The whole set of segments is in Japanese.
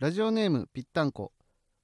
ラジオネームぴったんこ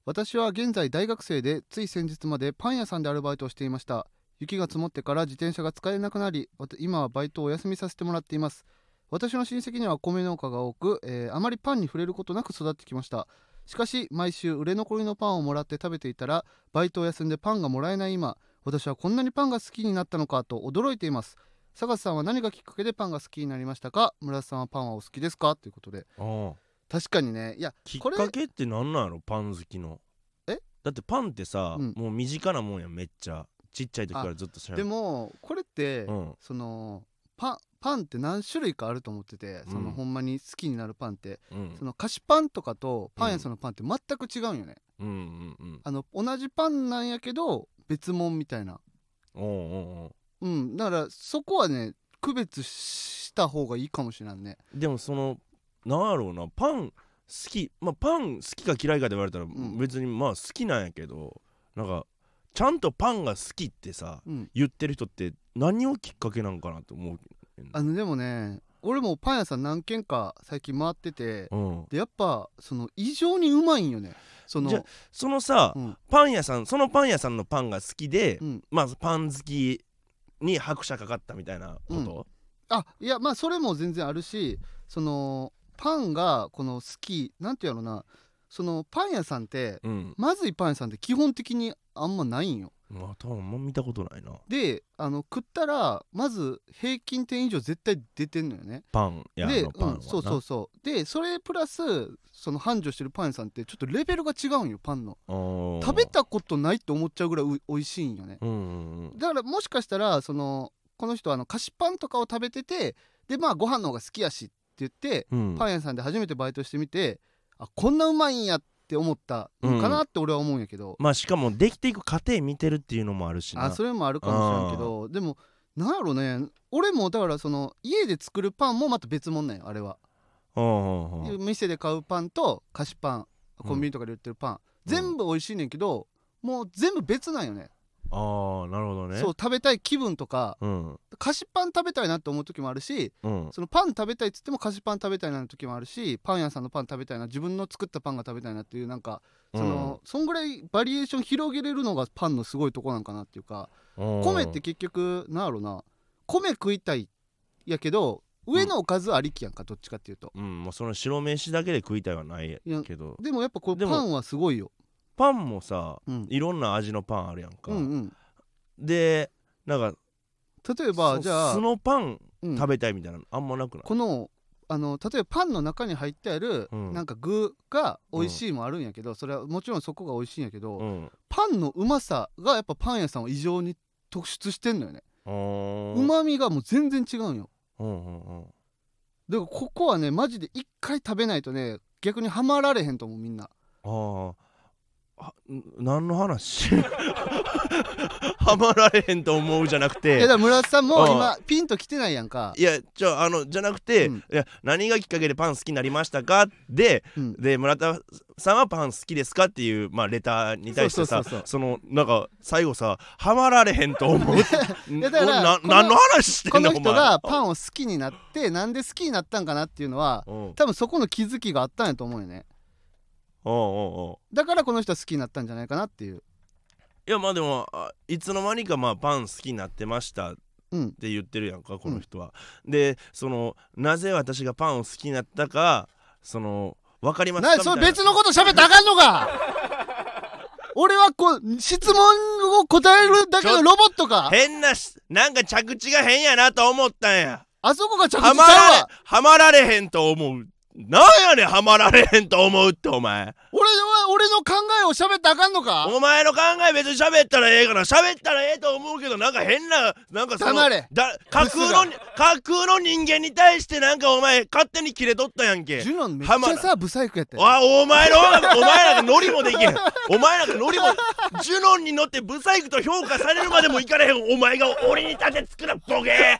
私は現在大学生でつい先日までパン屋さんでアルバイトをしていました雪が積もってから自転車が使えなくなりわた今はバイトをお休みさせてもらっています私の親戚には米農家が多く、えーあまりパンに触れることなく育ってきましたしかし毎週売れ残りのパンをもらって食べていたらバイトを休んでパンがもらえない今私はこんなにパンが好きになったのかと驚いています坂瀬さんは何がきっかけでパンが好きになりましたか村瀬さんはパンはお好きですかということでああ確かにねいやきっこれかけってなんなんやろパン好きのえだってパンってさ、うんもう身近なもんやんめっちゃちっちゃい時からずっと知らんでもこれって、うんそのパンパンって何種類かあると思っててその、うんほんまに好きになるパンってうんその菓子パンとかとパン屋さんのパンって全く違うんよね、うんうんうんあの同じパンなんやけど別物みたいなおうおううおんだからそこはね区別した方がいいかもしれないねうでもそのなんやろうなパン好きまあパン好きか嫌いかって言われたらん別にまあ好きなんやけど、なんかちゃんとパンが好きってさうん言ってる人って何をきっかけなんかなと思うあのでもね俺もパン屋さん何軒か最近回っててうん、でやっぱその異常にうまいんよねそのじゃそのさ、うんパン屋さんそのパン屋さんのパンが好きで、うんまあパン好きに拍車かかったみたいなこと、あいやまあそれも全然あるしそのパンがこの好きなんていうのなそのパン屋さんってうんまずいパン屋さんって基本的にあんまないんよまあ多分あんま見たことないなであの食ったらまず平均点以上絶対出てんのよねパン屋で、のパンはうな、ん、そうそうそうでそれプラスその繁盛してるパン屋さんってちょっとレベルが違うんよパンのおー食べたことないって思っちゃうぐらいう美味しいんよねうんうんうんだからもしかしたらそのこの人はあの菓子パンとかを食べててでまあご飯の方が好きやしって言ってうんパン屋さんで初めてバイトしてみてあこんなうまいんやって思ったのかなって俺は思うんやけど、まあしかもできていく過程見てるっていうのもあるしなあそれもあるかもしれんけどでもなんやろね俺もだからその家で作るパンもまた別物なんよあれは、うんうんうん店で買うパンと菓子パンコンビニとかで売ってるパン、全部美味しいねんけどもう全部別なんよねああなるほどねそう食べたい気分とかうん菓子パン食べたいなって思う時もあるしうんそのパン食べたいっつっても菓子パン食べたいなの時もあるしパン屋さんのパン食べたいな自分の作ったパンが食べたいなっていうなんかその、そんぐらいバリエーション広げれるのがパンのすごいとこなんかなっていうかうん米って結局なんやろな米食いたいやけど上のおかずありきやんかどっちかっていうとうんもうその白飯だけで食いたいはないいやけどでもやっぱこでれもパンはすごいよ、パンもさうん、いろんな味のパンあるやんか、うんうんでなんか例えばそじゃあ素、のパンうん食べたいみたいなのあんまなくない、このあの例えばパンの中に入ってある、うんなんか具が美味しいもあるんやけど、それはもちろんそこが美味しいんやけど、うんパンのうまさがやっぱパン屋さんは異常に突出してんのよねあーうまみがもう全然違うんようんうんうんだからここはねマジで一回食べないとね逆にハマられへんと思うみんなあーあん何の話 ハマられへんと思うじゃなくいやだてから村田さんもああ今ピンときてないやんかいやじゃあのじゃなくて、うんいや何がきっかけでパン好きになりましたかで うんで村田さんはパン好きですかっていう、まあ、レターに対してそさうそうそうそうのなんか最後さハマられへんと 思うやだからなこの何の話してこんののお人前がパンを好きになってなんで好きになったんかなっていうのはうんうん多分そこの気づきがあったんやと思うよねうんうんだからこの人は好きになったんじゃないかなっていういやまあでもあいつの間にかまあパン好きになってましたっうんて言ってるやんかこの人は。でそのなぜ私がパンを好きになったかその分かりますかなみたいそなれ別のこと喋ったらあかんの か俺はこう質問を答えるだけのロボットか変なしなんか着地が変やなと思ったんや。あそこが着地ちはまゃうらわれはまられへんと思う。なんやねんはまられへんと思うってお前。俺は俺の考えを喋ったらあかんのかお前の考え別に喋ったらええから喋ったらええと思うけどなんか変ななんかその黙れだ架空の架空の人間に対してなんかお前勝手に切れとったやんけジュノンめっちゃさブサイクやったよあお前の方がお前なんかノリもできへんお前なんかノリもジュノンに乗ってブサイクと評価されるまでもいかれへんお前が俺に立てつくなボケ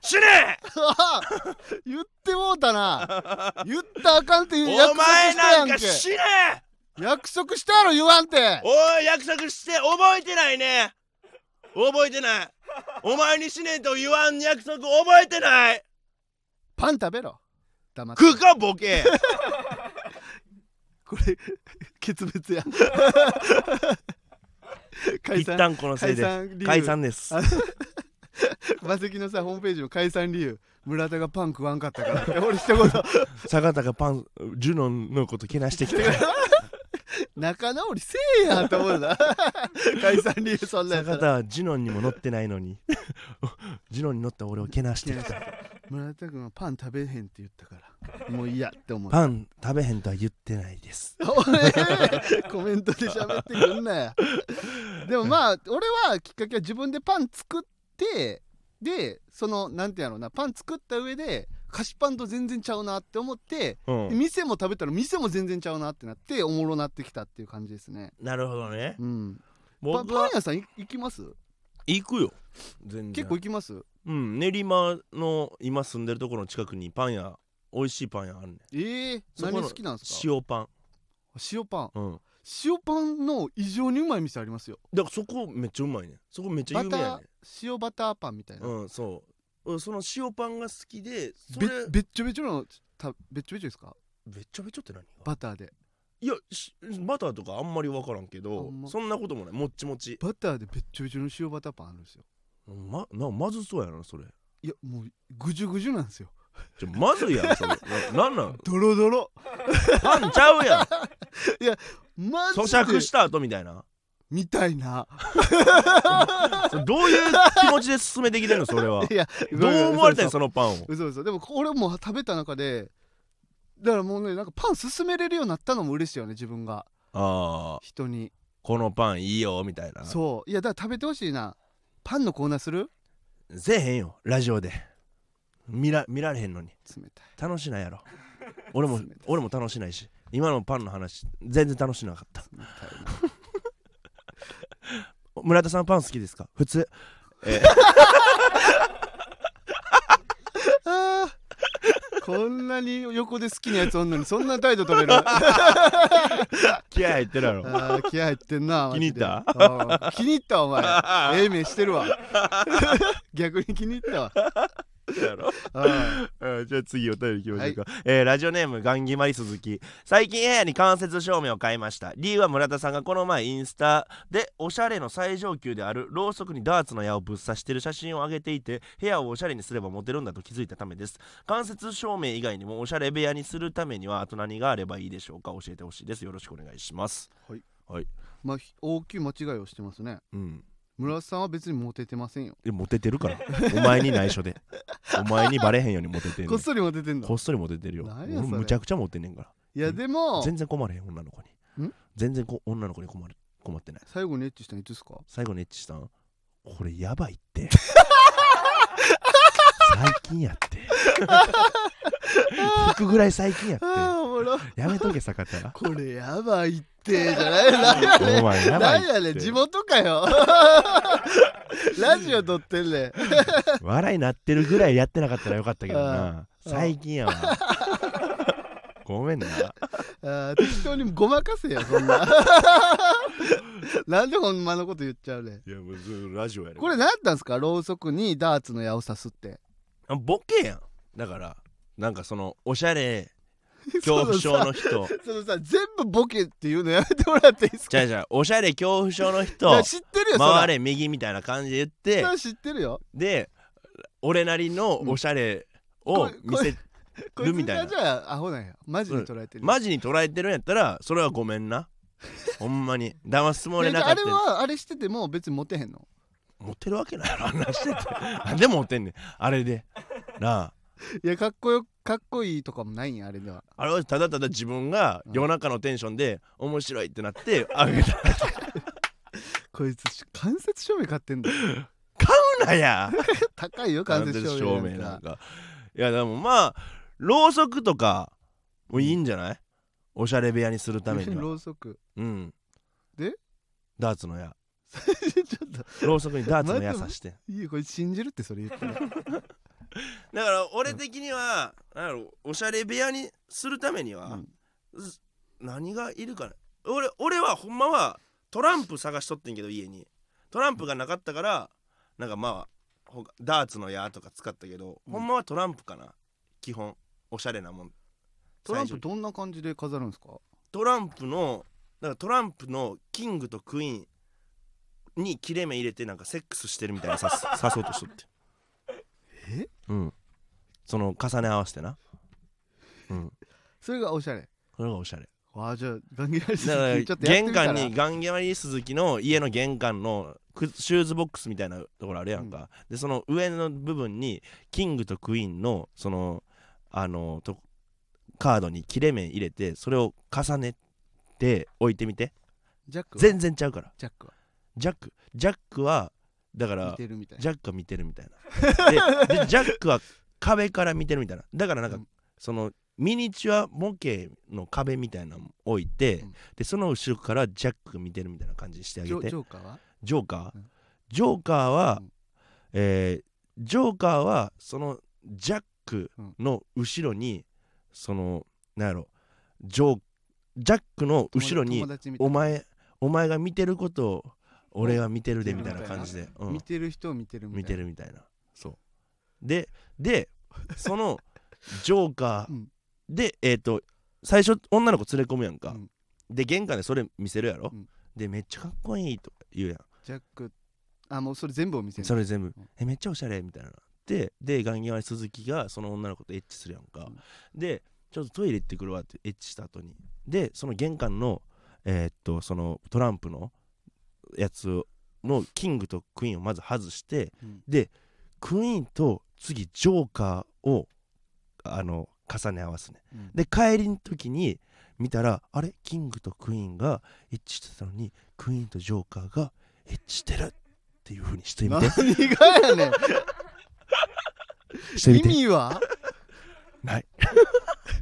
死ねあ 言ってもうた な言ったらあかんっていうお約束前したやなんんけか死ね約束したやろ言わんておい約束して覚えてないね覚えてないお前に死ねと言わん約束覚えてない パン食べろ黙って食うかボケ決別や解一散旦このせ 解いで散理由解散ですあ馬関のさホームページの解散理由村田がパン食わんかったから 俺一言坂田がパンジュノンのことけなしてきたから仲直りせえやんと思うな 解散理由そんなんやった坂ら 田はジュノンにも乗ってないの にジュノンに乗った俺をけなしてきた村田君はパン食べへんって言ったからもう嫌って思うパン食べへんとは言ってな いですおいコメントで喋ってくんなやでもまあ俺はきっかけは自分でパン作ってでそのなんてやろうなパン作った上で菓子パンと全然ちゃうなって思ってうん店も食べたら店も全然ちゃうなってなっておもろなってきたっていう感じですねなるほどねうんパ僕パンは屋さんい行きます行くよ全然結構行きますうん練馬の今住んでるところの近くにパン屋美味しいパン屋あるねんええそこの何好きなんですか塩パン塩パンうん塩パンの異常にうまい店ありますよだからそこめっちゃうまいねんそこめっちゃバ有タ名やーね塩バターパンみたいな、んうんそううんその塩パンが好きでそべれべっちょべちょのたべっちょべちょですかべっちゃべちゃって何がバターでいやしバターとかあんまり分からんけあどんまそんなこともないもっちもちバターでべっちょべちょの塩バターパンあるんですよまなまずそうやなそれいやもうぐじゅぐじゅなんですよちょまずいやんそれななんなんドロドロパンちゃうやんマジ咀で嚼した後みたいなみたいなそれどういう気持ちで進めてきてんのそれはいやどう思われてんそそのパンを嘘嘘でも俺も食べた中でだからもうねなんかパン勧めれるようになったのも嬉しいよね自分がああ人にこのパンいいよみたいなそういやだから食べてほしいなパンのコーナーするせえへんよラジオで見ら見られへんのに冷たい楽しないやろ俺も冷たい俺も楽しないし今のパンの話全然楽しなかった冷たいな 村田さんパン好きですか普通あーこんなに横で好きなやつおんのにそんな態度取れる気合入ってるやろあー気合入ってんなマジで気にうん入気に入ったお前え え目してるわ 逆に気に入ったわ やろあうんじゃあ次お便りいきましょうか、えーラジオネームガンギマリ鈴木最近部屋に間接照明を買いました理由は村田さんがこの前インスタでおしゃれの最上級であるろうそくにダーツの矢をぶっ刺してる写真を上げていて部屋をおしゃれにすればモテるんだと気づいたためです間接照明以外にもおしゃれ部屋にするためにはあと何があればいいでしょうか教えてほしいですよろしくお願いしますーまあひ大きい間違いをしてますねうん村田さんは別にモテてませんよえモテてるからお前に内緒でお前にバレへんようにモテてるこっそりモテてんのこっそりモテてるよ何や俺それむちゃくちゃモテんねんからいやでも全然困れへん女の子にん全然こ女の子に困る困ってない最後にエッチしたのいつですか最後のエッチしたんこれやばいって 最近やって服ぐらい最近やっああおもろてやめとけ 坂田これやばいってじゃない なんやねおん前やばないっんてやねん地元かよ ラジオ撮ってんねん笑いなってるぐらいやってなかったらよかったけどなうん最近やわごめんなあー適当にごまかせよそん ななんでほんまのこと言っちゃうねんいやもうずラジオやこれ何なんですかろうそくにダーツの矢を刺すってあボケやんだからなんかそのおしゃれ 恐怖 そ症のさ の人そのさ全部ボケっていうのやめてもらっていいですじかゃあじゃあおしゃれ恐怖症のい人や知ってるよそ回れ右みたいな感じで言そってれ知ってるよで俺なりのおしゃれをうん見せ、こいつみたいながじゃあアホなんやマジで捉えてる、マジに捉えてるんやったらそれはごめ んなほんまに騙すつもりいやなじゃかああったれはあれしてても別にモテへんのモテるわけないやろあんなして てなんでモテんねんあれでなあいやかっこよかっこいいとかもないんやあれではあれはただただ自分がうん夜中のテンションで面白いってなってあげ たこいつ間接照明買ってんだよ なや高いよ間間接接照照明明ななんんかかいやでもまあろうそくとかもいいんじゃない、おしゃれ部屋にするために はろうそくうんでダーツの矢ちょっとろうそくにダーツの矢刺していいこれ信じるってそれ言 ってねだから俺的には、なんやろおしゃれ部屋にするためには、ず何がいるかな俺俺はほんまはトランプ探しとってんけど家にトランプがなかったからなんかまあほかダーツの矢とか使ったけど、うんほんまはトランプかな基本おしゃれなもんトラン最プ初どんな感じで飾るんですかトランプのだからトランプのキングとクイーンに切れ目入れてなんかセックスしてるみたいなさ さそうとしとってえうんその重ね合わせてなうんそれがおしゃれこれがおし ゃれわあじゃあガンギラリスだかズらキちょっとやって玄みたら関にガンギマリ鈴木の家の玄関のくシューズボックスみたいなところあるやんか、でその上の部分にキングとクイーンのそのあのとカードに切れ目入れてそれを重ねて置いてみてジャックは全然ちゃうからジャックはジャックジャックはだから似てるみたいなジャックは見てるみたい なでで ジャックは壁から見てるみたいなだからなんか、うんそのミニチュア模型の壁みたいなの置いて、うんでその後ろからジャック見てるみたいな感じにしてあげジョてジョーカーはジョーカー、うんジョーカーは、うんえージョーカーはそのジャックの後ろに、そのなんやろジョージャックの後ろに友達みたいおな前お前が見てることを俺は見てるでみたいな感じで、うん見てる人を見てるみたい見なてるみたいなそうで でそのジョーカうーんでえっ、と最初女の子連れ込むやんか、うんで玄関でそれ見せるやろ、うんでめっちゃかっこいいとか言うやんジャックあもうそれ全部を見せるそれ全部、んえめっちゃおしゃれみたいなででガンギマリ鈴木がその女の子とエッチするやんか、でちょっとトイレ行ってくるわってエッチした後にでその玄関のえーっとそのトランプのやつのキングとクイーンをまず外して、うんでクイーンと次ジョーカーをあの重ね合わすねうんで帰りの時に見たらあれキングとクイーンがエッチしてたのにクイーンとジョーカーがエッチしてるっていう風にしてみ何てがや ねんしてみ意て味はない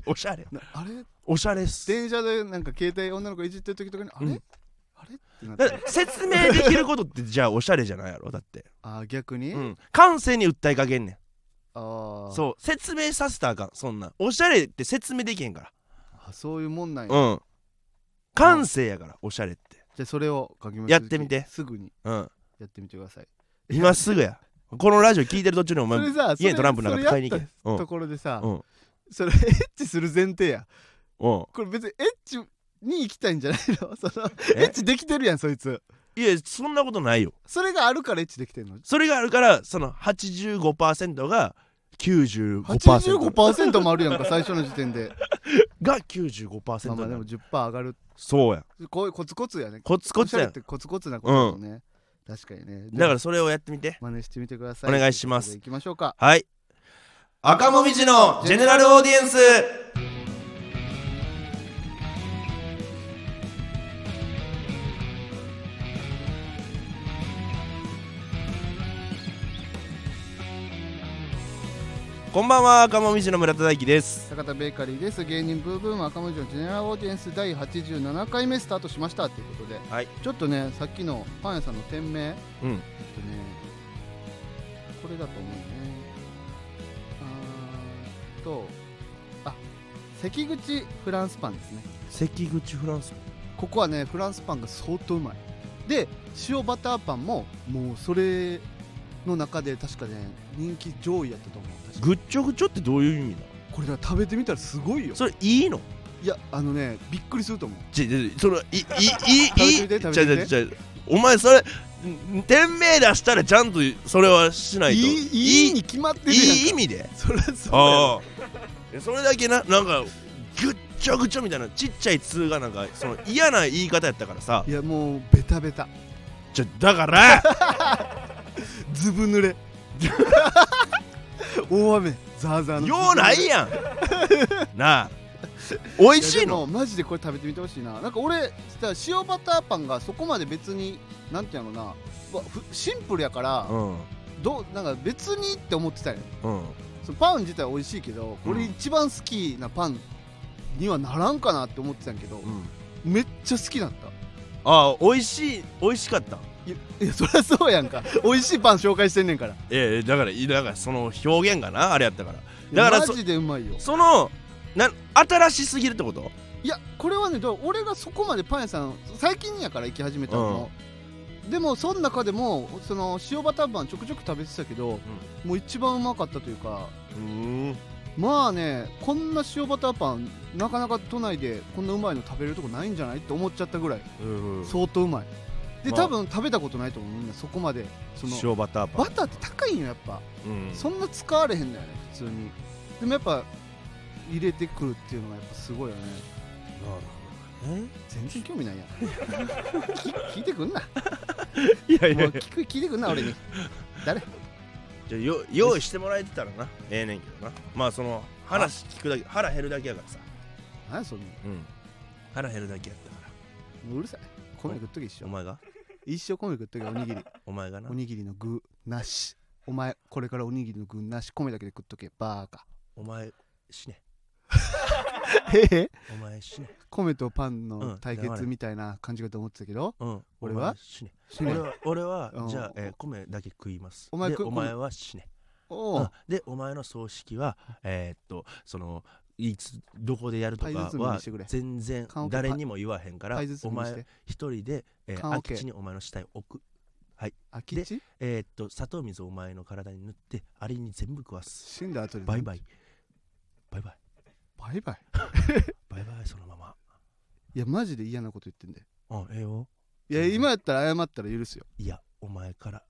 おしゃれなあれおしゃれっす電車でなんか携帯女の子いじってる時とかにあれ、うんあれってなっだて説明できることってじゃあおしゃれじゃないやろだって、あー逆に、うん、感性に訴えかけんねあんあそう説明させたらあかんそんなんおしゃれって説明できへんかあそういうもんなんや、らうん感性やからおしゃれってじゃあそれを書きまやってみてすぐにうんやってみてください今すぐやこのラジオ聞いてる途中におそ前れさ家にトランプなんか買いに行けうそんれところでさ、うんそれエッチする前提やうんこれ別にエッチに行きたいんじゃないの そのえエッチできてるやんそいついやそんなことないよそれがあるからエッチできてるのそれがあるからその85%が95% 85%もあるやんか最初の時点 でが95%まあまなあでのも10%上がるそうやこういうコツコツやねコツコツおしゃれやってコツコツなことだもんね、確かにねだからそれをやってみて真似してみてくださいお願いしますということで行きましょうかはい赤もみじのジェネラルオーディエンスこんばんは赤もみじの村田大樹です坂田ベーカリーです芸人ブーブーム赤文字のジェネラルオーディエンス第87回目スタートしましたということではいちょっとねさっきのパン屋さんの店名えうんっとねこれだと思うねあーっとあ関口フランスパンですね関口フランスここはねフランスパンが相当うまいで塩バターパンももうそれの中で確かね人気上位やったと思う確かぐっちょぐちょってどういう意味なこれだから食べてみたらすごいよのそれいいのいやあのねびっくりすると思うちょちょそのいいいいいい食べてみてちゃう食べてみてちゃうちゃうお前それん店名出したらちゃんとそれはしないいといいいに決まってるやんかいい意味でそれそうああそれだけななんかぐっちょぐちょみたいなちっちゃい通がなんかその嫌な言い方やったからさやいやもうベタベタちょだからずぶ濡れ 大雨ザーザーのようないや んなあ美味しいやのでもマジでこれ食べてみてほしいななんか俺さ塩バターパンがそこまで別になんていうのかなわふシンプルやから、うんどうなんか別にって思ってたようんそのパン自体美味しいけどうこんれ一番好きなパンにはならんかなって思ってたんやけど、うんめっちゃ好きだったああ美味しい美味しかったいやいやそりゃそうやんか美味しいパン紹介してんねんからええだからいだからその表現がなあれやったからだからいやそマジでうまいよそのな新しすぎるってこといやこれはねだから俺がそこまでパン屋さん最近やから行き始めたの、でもその中でもその塩バターパンちょくちょく食べてたけど、もう一番うまかったというかうんまあねこんな塩バターパンなかなか都内でこんなうまいの食べれるとこないんじゃないって思っちゃったぐらいうんうん相当うまいでまあ多分食べたことないと思うみんなそこまでその塩バターパンバターって高いんよやっぱうんそんな使われへんだよね普通にでもやっぱ入れてくるっていうのがやっぱすごいよねなる全然興味 ないやんき聞いてくんなもほどねいやういやいや聞く 聞いてくんな俺に誰じゃあよ用意してもらえてたらなええねんけどなまあその話聞くだけ腹減るだけやからさ何やそんなうん腹減るだけやったからもううるさい米食っとけ一お生前が一生米食っとけおにぎりお前がなおにぎりの具なしお前これからおにぎりの具なし米だけで食っとけバーカお前死ねええお前死ね米とパンうのん対黙決れみたいな感じかと思ってたけど、うん俺はお前死ねしない俺は俺はうんじゃあ、えー米だけ食いますお前で食うお前は死ねおうんおでお前の葬式はえーっとそのいつどこでやるとかパイ包みにはしてくれ全然缶オケ誰にも言わへんからパイ包おみにし前て一人で、えー缶オケ空き地にお前の死体を置く空き地えーっと砂糖水をお前の体に塗ってあれに全部食わす死んだ後でバイバイバイバイバイバイバイバイそのままいやマジで嫌なこと言ってんだようんええよいやうん今やったら謝ったら許すよいやお前から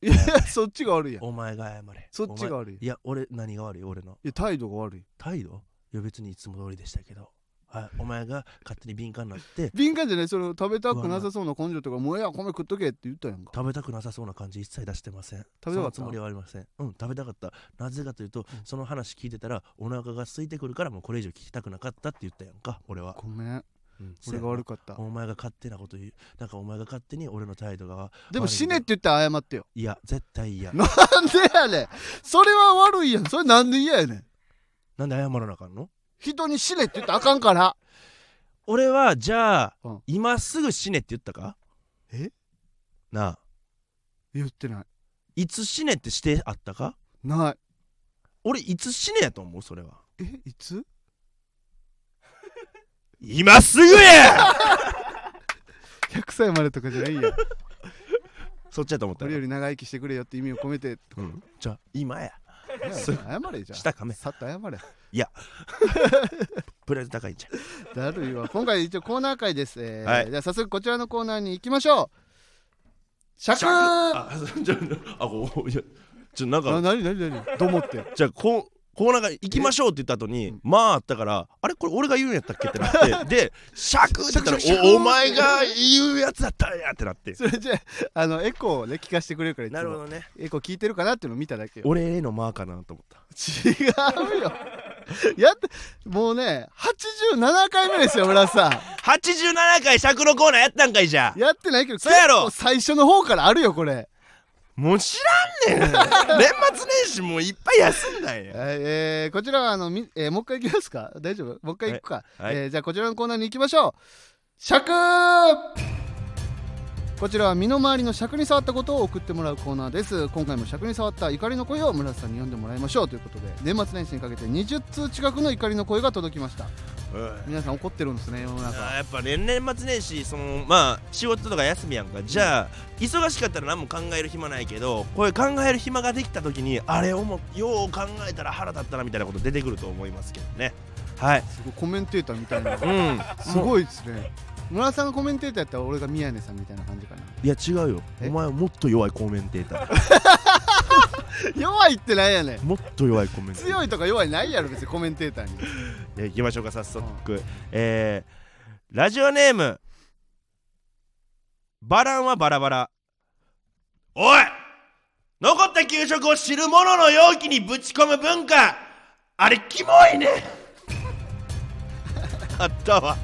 いや そっちが悪いやんお前が謝れそっちがお悪前いいいや俺何が悪い俺のや態度が悪い態度いや別にいつも通りでしたけど、はい、お前が勝手に敏感になって敏感じゃないその食べたくなさそうな根性とかもうええわ米食っとけって言ったやんか食べたくなさそうな感じ一切出してません食べたかったそのつもりはありませんうん食べたかったなぜかというと、その話聞いてたらお腹が空いてくるからもうこれ以上聞きたくなかったって言ったやんか俺は、ごめんうん、俺が悪かったお前が勝手なこと言うなんかお前が勝手に俺の態度がでも死ねって言ったら謝ってよいや絶対嫌なんでやねんそれは悪いやんそれなんで嫌やねんなんで謝らなあかんの人に死ねって言ったらあかんから俺はじゃあ、うん今すぐ死ねって言ったかえなあ言ってないいつ死ねってしてあったかない俺いつ死ねやと思うそれはえいつ今すぐ や100歳までとかじゃないや んそっちやと思った俺よより長生きしてくれよって意味を込めてうん、じゃあ今やす謝れじゃん下かめさっと謝れプライド高いんじゃだんるいわ今回一応コーナー会です、えーはいじゃあ早速こちらのコーナーに行きましょう尺なあ そうじゃああこういやちょなんかなになになにどう思ってじゃあこうコーナーが行きましょうって言った後に、うんまああったからあれこれ俺が言うんやったっけってな ってでシャクって言ったらシャクシャクおお前が言うやつだったんやってなっ てそれじゃああのエコーをね聞かせてくれるからいつもなるほどねエコー聞いてるかなっていうのを見ただけよ俺へのマーかなと思った違うよやってもうね87回目ですよ村さん87回尺のコーナーやったんかいじゃあやってないけどそうやろ結構最初の方からあるよこれもう知らん ねん年末年始もういっぱい休んだんえ ーやえーこちらはあの、みえーもう一回行きますか大丈夫もう一回行くか、はいはいえーじゃあこちらのコーナーに行きましょう尺こちらは身の回りの尺に触ったことを送ってもらうコーナーです今回も尺に触った怒りの声を村瀬さんに読んでもらいましょうということで年末年始にかけて20通近くの怒りの声が届きましたうん皆さん怒ってるんですね世の中あーやっぱ年年末年始そのまあ仕事とか休みやんかじゃあ忙しかったら何も考える暇ないけどこういう考える暇ができた時にあれをもよう考えたら腹立ったなみたいなこと出てくると思いますけどねはいすごいコメンテーターみたいなうん すもうごいですね村瀬さんがコメンテーターやったら俺が宮根さんみたいな感じかないや違うよえお前はもっと弱いコメンテーター弱いってなんやねんもっと弱いコメンテーター強いとか弱いないやろ別にコメンテーターにいきましょうか早速、えー、ラジオネームバランはバラバラおい残った給食を汁物の容器にぶち込む文化あれキモいね あったわ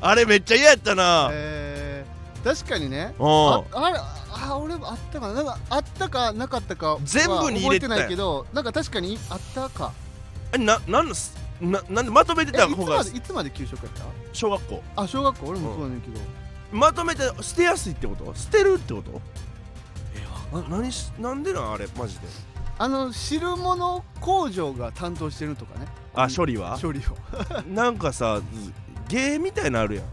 あれめっちゃ嫌やったな、えー確かにねおあうあれあ俺もあったかななんかあったかなかったかは全部に入れ覚えてたやんないけどなんか確かにあったかえななんのすななんでまとめてえいたつ方まがでいつまで給食やっ小学校たあ小学校俺もそうやねんけど、まとめて捨てやすいってこと捨てるってことえな何しなんでなんあれマジであの汁物工場が担当してるとかねあ処理は処 理を、なんかさ芸みたいなのあるやん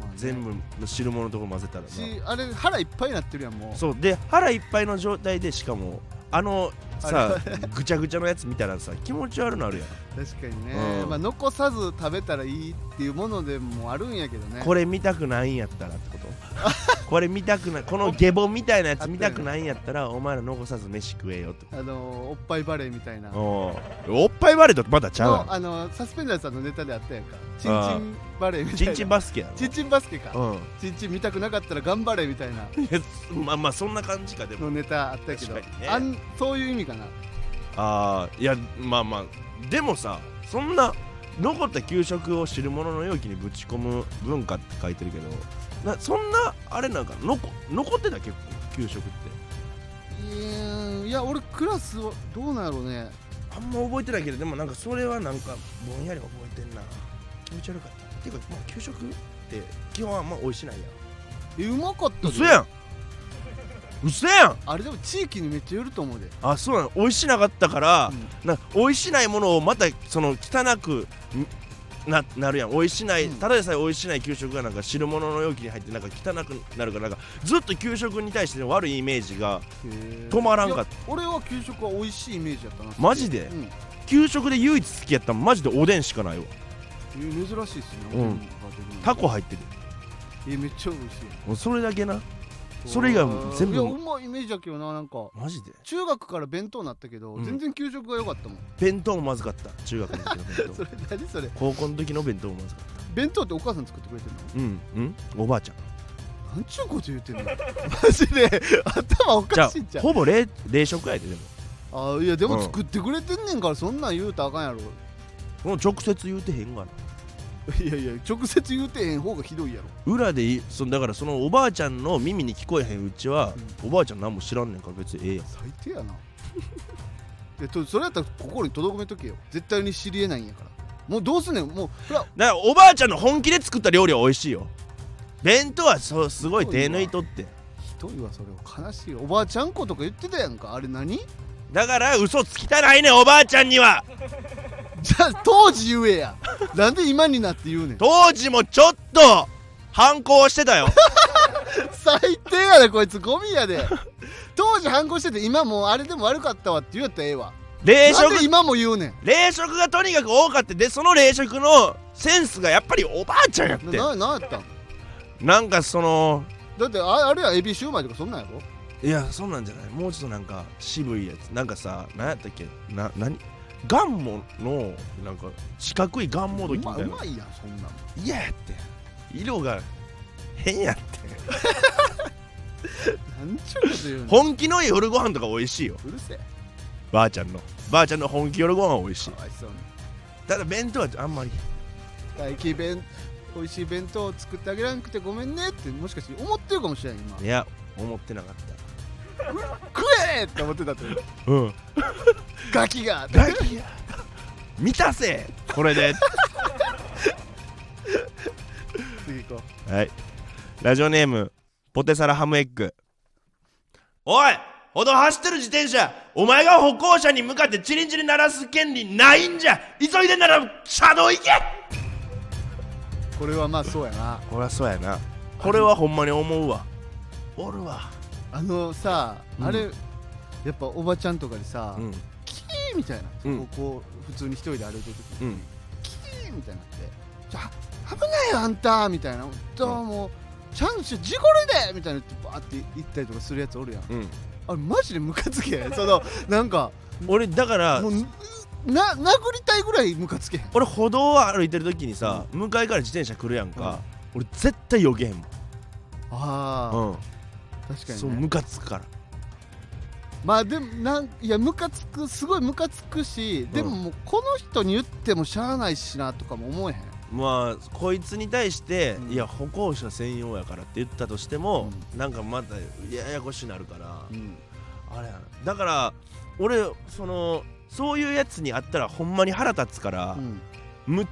まあね全部の汁物のとこ混ぜたらなしあれ腹いっぱいになってるやんもうそうで腹いっぱいの状態でしかもあのさ ぐちゃぐちゃのやつ見たらさ気持ち悪なるやん確かにね、うんまあ、残さず食べたらいいっていうものでもあるんやけどねこれ見たくないんやったらってことこれ見たくないこの下ボみたいなやつ見たくないんやったらお前ら残さず飯食えよってこあのおっぱいバレーみたいなとおうおっぱいバレーとまだ ちゃうやのあのサスペンダーさんのネタであったやんかチンあーチンバレーみたんいチなンチンバスケやろチンチンバスケかうんチンチン見たくなかったら頑張れみたいないやす まあまあそんな感じかでものネタあったけど、確かにねあんそういう意味かなああいやまあまあでもさそんな残った給食を汁物の容器にぶち込む文化って書いてるけどなそんなあれなんか残残ってた結構給食っていやーいや俺クラスはどうなんやろうねあんま覚えてないけどでもなんかそれはなんかぼんやり覚えてんな気持ち悪かったていうか、まあ、給食って基本はあんま美味しないやえんうまかったで嘘やん嘘やんあれでも地域にめっちゃよると思うであそうなの美味しなかったから、うな美味しないものをまたその汚くんななるやん美味しないうんただでさえ美味しない給食がなんか汁物の容器に入ってなんか汚くなるからなんかずっと給食に対しての悪いイメージが止止まらんかった俺は給食は美味しいイメージやったなマジでうん給食で唯一好きやったのマジでおでんしかないわえー珍しいっすねうおんでんが出るのタコ入ってるえーめっちゃ美味しいもうそれだけなそれ以外も全部いやうまいイメージだけどななんかマジで中学から弁当になったけど、うん全然給食が良かった もん弁当もまずかった中学の時の弁そ当れ何それ高校の時の弁当もまずかった弁当ってお母さん作ってくれてるのうんうんおばあちゃなんんちゅうこと言うて んのマジで頭おじゃかしいんちあゃうほぼ冷冷食やででもあいやでうもん作ってくれてんねんからそんなん言うたらあかんやろ もう直接言うてへんがないやいや直接言うてへん方がひどいやろ裏でいそのだからそのおばあちゃんの耳に聞こえへんうちは、おばあちゃん何も知らんねんから別にええやん最低やな いやとそれやったら心に留めとけよ絶対に知りえないんやからもうどうすんねんもうほらだからおばあちゃんの本気で作った料理は美味しいよ弁当はそうすごい手抜いとってひどいわそれを悲しいよおばあちゃん子とか言ってたやんかあれ何だから嘘つきたないねんおばあちゃんにはじゃあ当時言えやなんで今になって言うねん当時もちょっと反抗し てたよ最低やでこいつゴミや で当時反抗してて今もうあれでも悪かったわって言うやったらええわ冷なん食で今も言うねん冷食がとにかく多かってでその冷食のセンスがやっぱりおばあちゃんやってななんやったんなんかそのだってああれやエビシューマイとかそんなんやろいやそうなんじゃないもうちょっとなんか渋いやつなんかさ何やったっけな何ガンモのなんか四角いガンモドキみうまたういなまいやんそんなん嫌やって色が変やってなんちゅうこと言うねん本気の夜ご飯とか美味しいようるせえばあちゃんのばあちゃんの本気夜ご飯は美味しいかわいそうにただ弁当はあんまり大気弁美味しい弁当を作ってあげらんくてごめんねってもしかして思ってるかもしれん今いや思ってなかっ食えって思ってたってことたうん ガキが大嫌 い満たせこれで次行こはい。ラジオネーム、ポテサラハムエッグ。おい歩道走ってる自転車お前が歩行者に向かってチリンチリン鳴らす権利ないんじゃ急いでなら車道行けうこれはまあそうやなこれはそうやな。これはほんまに思うわ。おるわ。あのさうんあれ、やっぱおばちゃんとかでさ、うん。キーみたいな、うんこうこう普通に一人で歩いてる時に、うん。キーみたいになってじゃ危ないよあんたみたいなどうも、ちゃんとして事故るでみたいなってバーって行ったりとかするやつおるやんうん。あれマジでムカつけへん そのなんか俺、だからも、うな殴りたいぐらいムカつけへん俺歩道を歩いてる時にさ、向かいから自転車来るやんか。俺、絶対避けへんああ、もん。うん。確かそう、に、ね、ムカつくから。まあでもなんいやムカつくすごいムカつくし、でももうこの人に言ってもしゃあないしなとかも思えへんまあこいつに対して、うんいや歩行者専用やからって言ったとしても、なんかまたややこしになるから、うんあれやなだから俺そのそういうやつにあったらほんまに腹立つからう、んむっ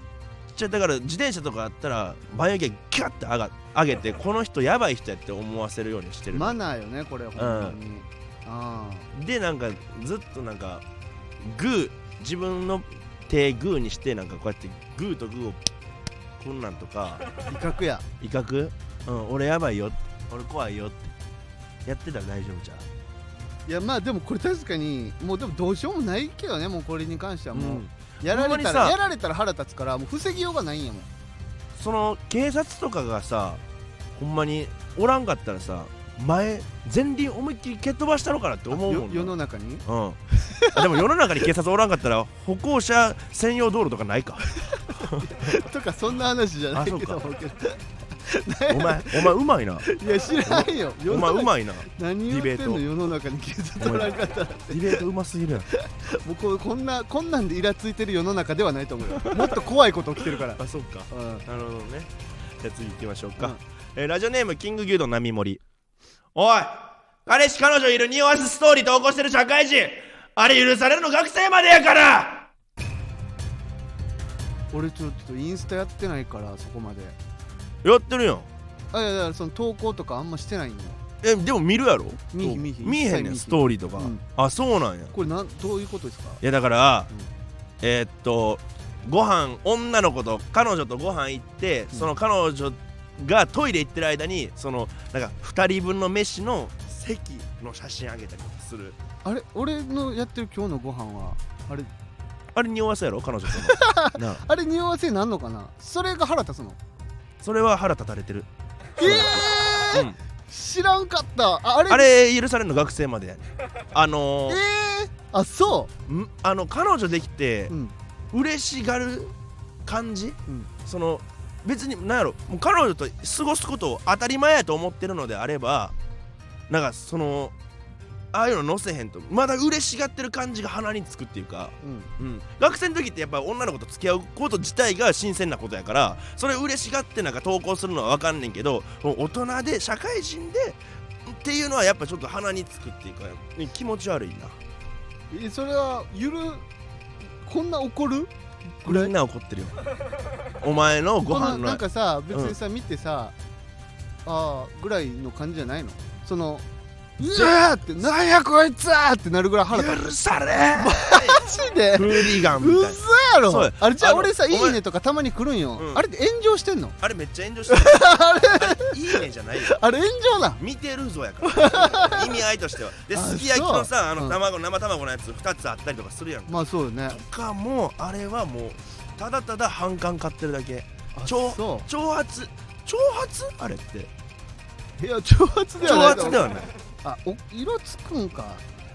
ちゃだから自転車とかあったら前行きガッて上が上げてこの人やばい人やって思わせるようにしてる、マナーよねこれほんまに、あでなんかずっとなんかグー自分の手グーにしてなんかこうやってグーとグーをこんなんとか。あ威嚇や威嚇うん俺やばいよ俺怖いよってやってたら大丈夫じゃんいやまあでもこれ確かにもうでもどうしようもないけどねもうこれに関してはもう、うんやられたほんまにらさやられたら腹立つからもう防ぎようがないんやもんその警察とかがさほんまにおらんかったらさ前前輪思いっきり蹴っ飛ばしたのかなって思ようもんな世の中にうん、あでも世の中に警察おらんかったら歩行者専用道路とかないかとかそんな話じゃないけどあそ何お前お前うま いないや知らんよお前ういまいな何言ってんのデ世の中に警察おらんかったらもディベートうますぎるやんうこうこんなこんなんでイラついてる世の中ではないと思うよもっと怖いこと起きてるからあそうかうんなるほどねじゃあ次行きましょうか、うんえーラジオネームキング牛丼並盛おい彼氏彼女いる匂わすストーリー投稿してる社会人あれ許されるの学生までやから俺ちょっとインスタやってないからそこまでやってるやんあいやいやその投稿とかあんましてないんよえでも見るやろ見ひん見ひん見えへ一切んねん見ひんストーリーとか、うんあそうなんやいこれなんどういうことですかやだから、うんえーっとご飯女の子と彼女とご飯行ってその彼女がトイレ行ってる間にそのなんか2人分の飯の席の写真あげたりとかするあれ俺のやってる今日のご飯はあれあれ匂わせやろ彼女と のなああれ匂わせなんのかなそれが腹立つのそれは腹立たれてる、えーうん、知らんかったああれあれ許されるの学生まで やねあのえーー、あそんあの彼女できてう、うん、嬉しがる感じ、うんその別に何やろもう彼女と過ごすことを当たり前やと思ってるのであればなんかそのああいうの載せへんとまだ嬉しがってる感じが鼻につくっていうか、うん、うん、学生の時ってやっぱ女の子と付き合うこと自体が新鮮なことやからそれ嬉しがってなんか投稿するのは分かんねんけどもう大人で社会人でっていうのはやっぱちょっと鼻につくっていうか気持ち悪いなえそれはゆるこんな怒るぐらみいんな怒ってるよお前のごこ飯んのななんかさ別にさ、見てさあーぐらいの感じじゃないのそのうわーってなんやこいつーってなるぐらい腹立許されつマジ でフーリーガンみ嘘たいなやそうろやあれじゃああの俺さ「おい前いね」とかたまに来るんよ、うんあれって炎上してんのあれめっちゃ炎上してるあれいいねじゃないよあれ炎上なん見てるぞや から意味合いとしてはですあき焼きのさあうのん卵生卵のやつ2つあったりとかするやんかまあそうよねとかもあれはもうただただ反感買ってるだけあ超そ挑発挑発あれってういや挑発で挑はないと発思うではないあお色つくんか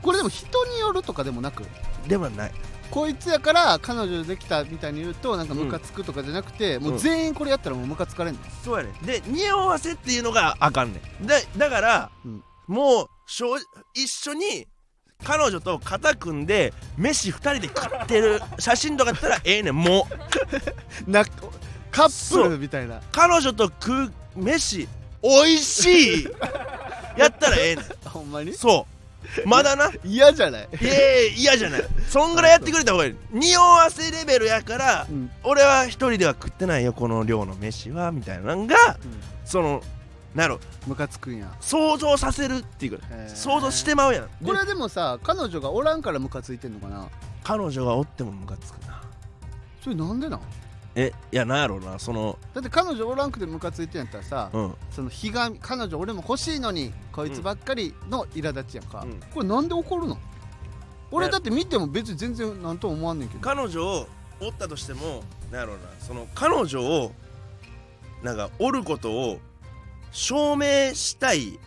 これでも人によるとかでもなくではないこいつやから彼女できたみたいに言うとなんかムカつくとかじゃなくて、もう全員これやったらもうムカつかれんの、そうやねんで匂わせっていうのがあかんねんでだから、うんもうしょう一緒に彼女と肩組んで飯2人で食ってる写真とかだったらええねんもうなカップルみたいな彼女と食う飯おいしいやったらええねんあほんまにそうまだな 嫌じゃない、いやいや嫌じゃないそんぐらいやってくれた方がいい匂わせレベルやからうん俺は一人では食ってないよこの量の飯はみたいなのがうんそのなんやろムカつくんや想像させるっていうかへー想像してまうやんこでれでもさ彼女がおらんからムカついてんのかな彼女がおってもムカつくなそれなんでなんえいやなんやろうなそのだって彼女おらんくてムカついてんやったらさ、うんそのひがみ彼女俺も欲しいのにこいつばっかりの苛立ちやんか、うんこれなんで怒るの俺だって見ても別に全然なんとも思わんねんけど彼女をおったとしてもなんやろうなその彼女をなんかおることを証明したい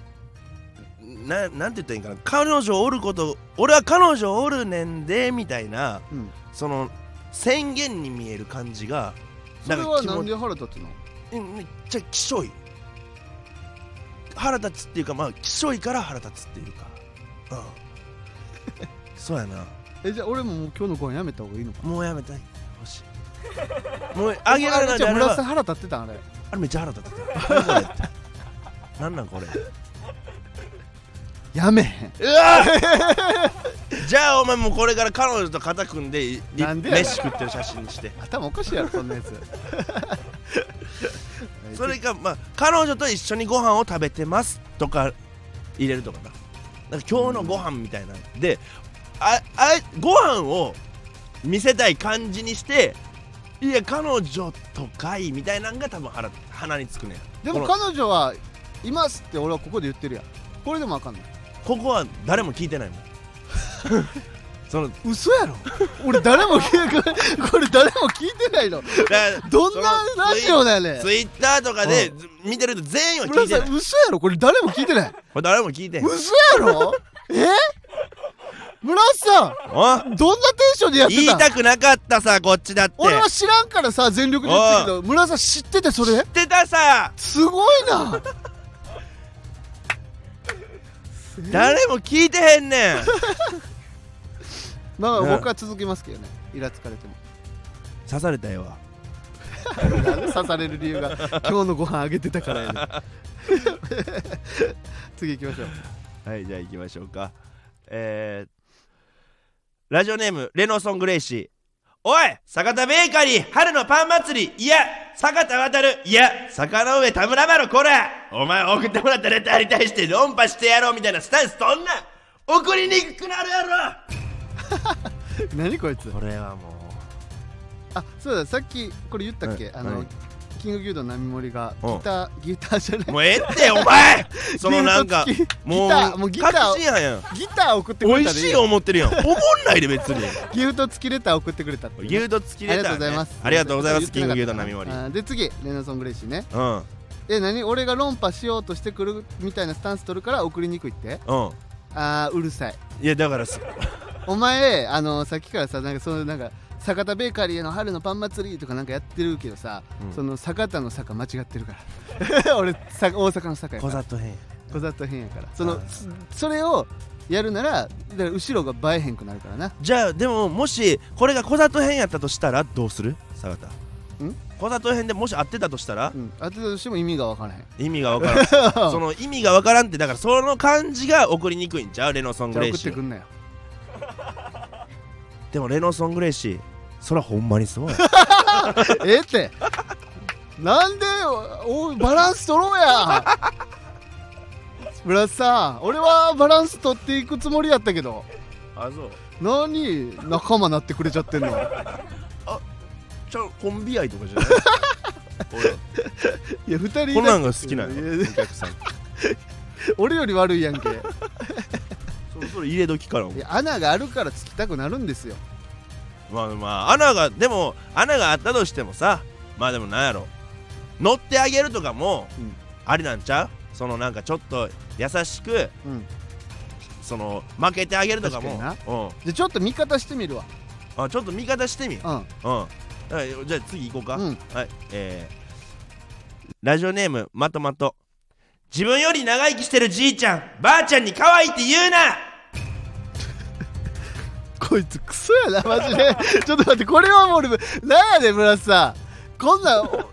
ななんて言ったらいいんかな彼女をおること俺は彼女おるねんでみたいなうんその宣言に見える感じがそれは気持ちなんで腹立つのうんめっちゃきしょい腹立つっていうかまあきしょいから腹立つっていうかうん そうやなえじゃあ俺ももう今日のご飯やめた方がいいのかもうやめたい欲しいもうあげられないじゃああれ村瀬は腹立ってたんあれあれめっちゃ腹立ってた何これって何 なんこれやめへんうわじゃあお前もうこれから彼女と肩組んでいなんでやねん飯食ってる写真にして頭おかしいやろそんなやつ それかまあ彼女と一緒にご飯を食べてますとか入れるとかななんか今日のご飯みたいなでああご飯を見せたい感じにしていや彼女とかいみたいなんが多分腹鼻につくねんでもこ彼女はいますって俺はここで言ってるやんこれでもあかんないここは誰も聞いてな いもんそのだ嘘やろ俺誰も聞いてこれ誰も聞いてないのから どんなラジオだよねツイッターとかで見てると全員は聞村いて田なさいん嘘やろこれ誰も聞いて ないこれ誰も聞いてへん嘘やろえ村田さおんどんなテンションでやってた言いたくなかったさこっちだって俺は知らんからさ全力で言ってたけど村田さん知っててそ知れってたさすごい な誰も聞いてへんねん まあね僕は続きますけどねイラつかれても刺されたよわなんで刺される理由 が今日のご飯あげてたからやね次行きましょうはいじゃあ行きましょうかえー、ラジオネームレノソン・グレイシーおい坂田ベーカリー春のパン祭りいや坂田渡るいや坂の上田村麻呂こらお前送ってもらったレターに対して論破してやろうみたいなスタンスとんな送りにくくなるや何こいつろこれはもあそうださっきこれ言ったっけ、はいあの、はいキング牛丼並盛がギうんターギターじゃなういもうええってお前そのなんかギターもうもうギター確信犯やんギター送ってく美れたで味しいいいよ思ってるやんおもんないで別にギフト付きレター送ってくれたっていうね牛丼付 きありレがとタうごー、ね、ざいますありがとうございますキング牛丼な並盛りで次レナソングレイシーねうんえ何俺が論破しようとしてくるみたいなスタンス取るから送りにくいってうんあーうるさいいやだからそお前あのさっきからさなんかそのなんか坂田ベーカリーの春のパン祭りとかなんかやってるけどさ、うんその坂田の坂間違ってるから 俺さ大阪の坂やからざとへん小ざと変やからそあのーそそれをやるならだから後ろが映えへんくなるからなじゃあでももしこれが小里編やったとしたらどうする坂田ん小里編でもし合ってたとしたらうんあととしても意味がわからへ ん意味がわからん その意味がわからんってだからその感じが送りにくいんちゃうレノソン・じゃグあレイ送っシてくーんなよ でもレノソン・グレイシーそらほんまにそうやええってなんでおおバランス取ろうや 村田さん俺はバランス取っていくつもりやったけどあそう何仲間なってくれちゃって んのちゃうコンビ愛とかじゃ ないいや二人いた俺こんなんが好きなんいややお客さん俺より悪いやんけ いそろそろ入れ時からもや穴があるからつきたくなるんですよまあまあ穴がでも穴があったとしてもさまあでもなんやろ乗ってあげるとかもうんありなんちゃうそのなんかちょっと優しくうんその負けてあげるとかも確うじゃあちょっと味方してみるわん、あちょっと味方してみようんう、うんだから、じゃあ次行こうか、うんはいえー、ラジオネームまとまと自分より長生きしてるじいちゃんばあちゃんに可愛いって言うなこいつクソやなマジで ちょっと待ってこれはもう俺なんやねん村瀬さんこんなんお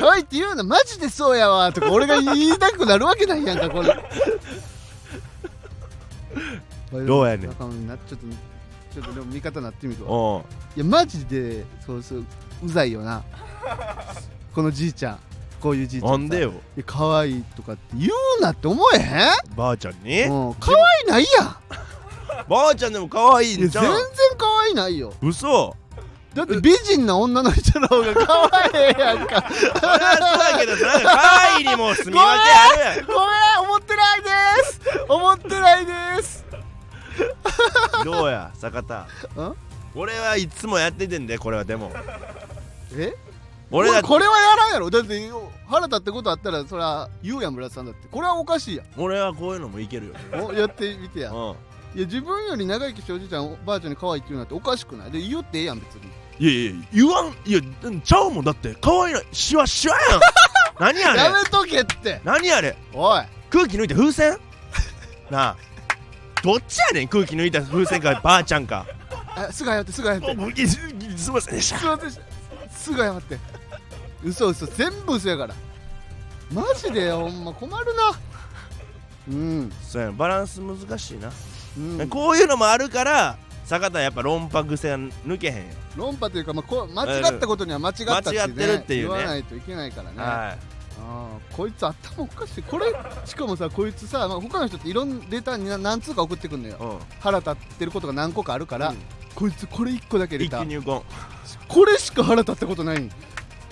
可愛いって言うのマジでそうやわとか俺が言いたくなるわけないやんかこれ どうやねん仲間になちょっとちょっとでも味方になってみるわおいやマジでそうそううざいよなこのじいちゃんこういうじいちゃんなさんでよいや可愛いとかって言うなって思えへばあちゃんにんもうん可愛いないやんばあちゃんでも可愛いいやんじ全ゃ然ん可愛いないよ嘘だって美人な女の人の方が可愛いやんかそりゃそうだけどなんか可愛いにも住み分けあるごめん思ってないです思ってないですやんどうや坂田ん俺はいつもやっててんでこれはでもえ俺だってこれはやらんやろだって腹立ってことあったらそりゃ言うやん村田さんだってこれはおかしいや俺はこういうのもいけるよんおやってみてやいやうん自分より長生きしておじいちゃんおばあちゃんに可愛いって言うなんておかしくないで言うってええやん別にいやいや言わんいやちゃうもんだって可愛いのシワシワ やん何あやれめとけって何あれおい空気抜いた風船 なあどっちやねん空気抜いた風船かばあちゃんかあすぐ謝ってすぐ謝ってすいませんでしすいませんでしたすぐ謝って嘘嘘全部嘘やからマジでほんま困るなうん、そうやんバランス難しいな、うん、こういうのもあるから坂田やっぱ論破癖が抜けへんよ、論破というか、まあ、こう間違ったことには間違ったって,、ね間違ってるっていうね言わないといけないからねあはいあこいつ頭おかしいこれしかもさこいつさ、まあ、他の人っていろんなデータにな何通か送ってくんのようん腹立ってることが何個かあるから、うんこいつこれ1個だけ入れ一気た入魂これしか腹立ったことないん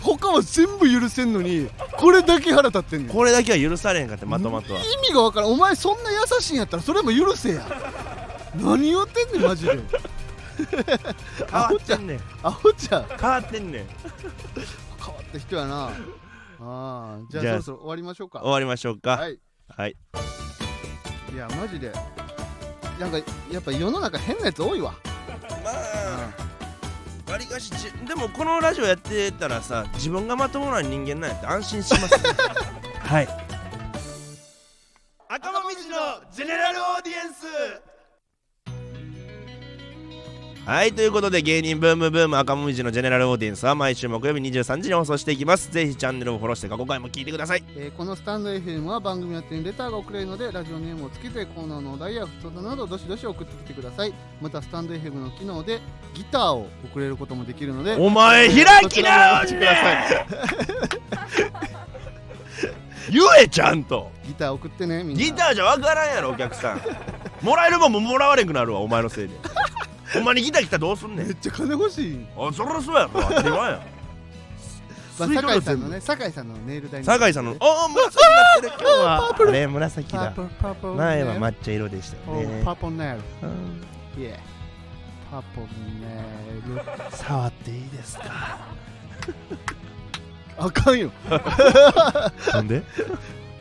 他は全部許せんのにこれだけ腹立ってんねんこれだけは許されへんかってまとまとは意味がわからんお前そんな優しいんやったらそれも許せや何言ってんねんマジ で変わってんねんアホちゃん変わってんねん変わった人やなあーじゃあじゃあそろそろ終わりましょうか終わりましょうかはいはいいやマジでなんかやっぱ世の中変なやつ多いわ、まあわりかしじでもこのラジオやってたらさ自分がまともな人間なんやって安心します はい赤もみじのジェネラルオーディエンスはいということで芸人ブームブーム赤もみじのジェネラルオーディエンスは毎週木曜日23時に放送していきますぜひチャンネルをフォローして過去回も聞いてくださいえーこのスタンド FM は番組宛てにレターが送れるのでラジオネームをつけてコーナーのお題や普通などどしどし送ってきてくださいまたスタンド FM の機能でギターを送れることもできるのでお前開そちき直しらもお待ちくてださい 言えちゃんとギター送ってねみんなギターじゃ分からんやろお客さんもらえるもんももらわれんくなるわお前のせいでほんまにギター来たらどうすんねめんっちゃ金欲しい、あそりゃそうやろ当たり前やまあ、吸い取酒る井さんの全部ね酒井さんのネイル代酒井さんのああ紫になってる今日はあれ紫パだープルパープル前は抹茶色でしたよねパープルネイルうんイエーパープルネイル触っていいですかあかんよなん で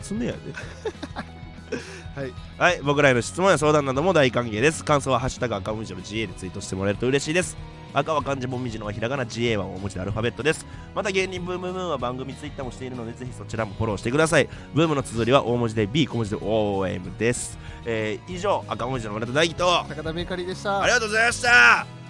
つねやではいはい僕らへの質問や相談なども大歓迎です感想は「ハッシュタグ赤もみじの GA」でツイートしてもらえると嬉しいです赤は漢字もみじのはひらがな GA はお文字でアルファベットですまた芸人ブームブームは番組ツイッターもしているのでぜひそちらもフォローしてくださいブームの綴りは大文字で B 小文字で OM です、えー以上赤もみじの村田大輝とあ高田メカリでしたりがとうございました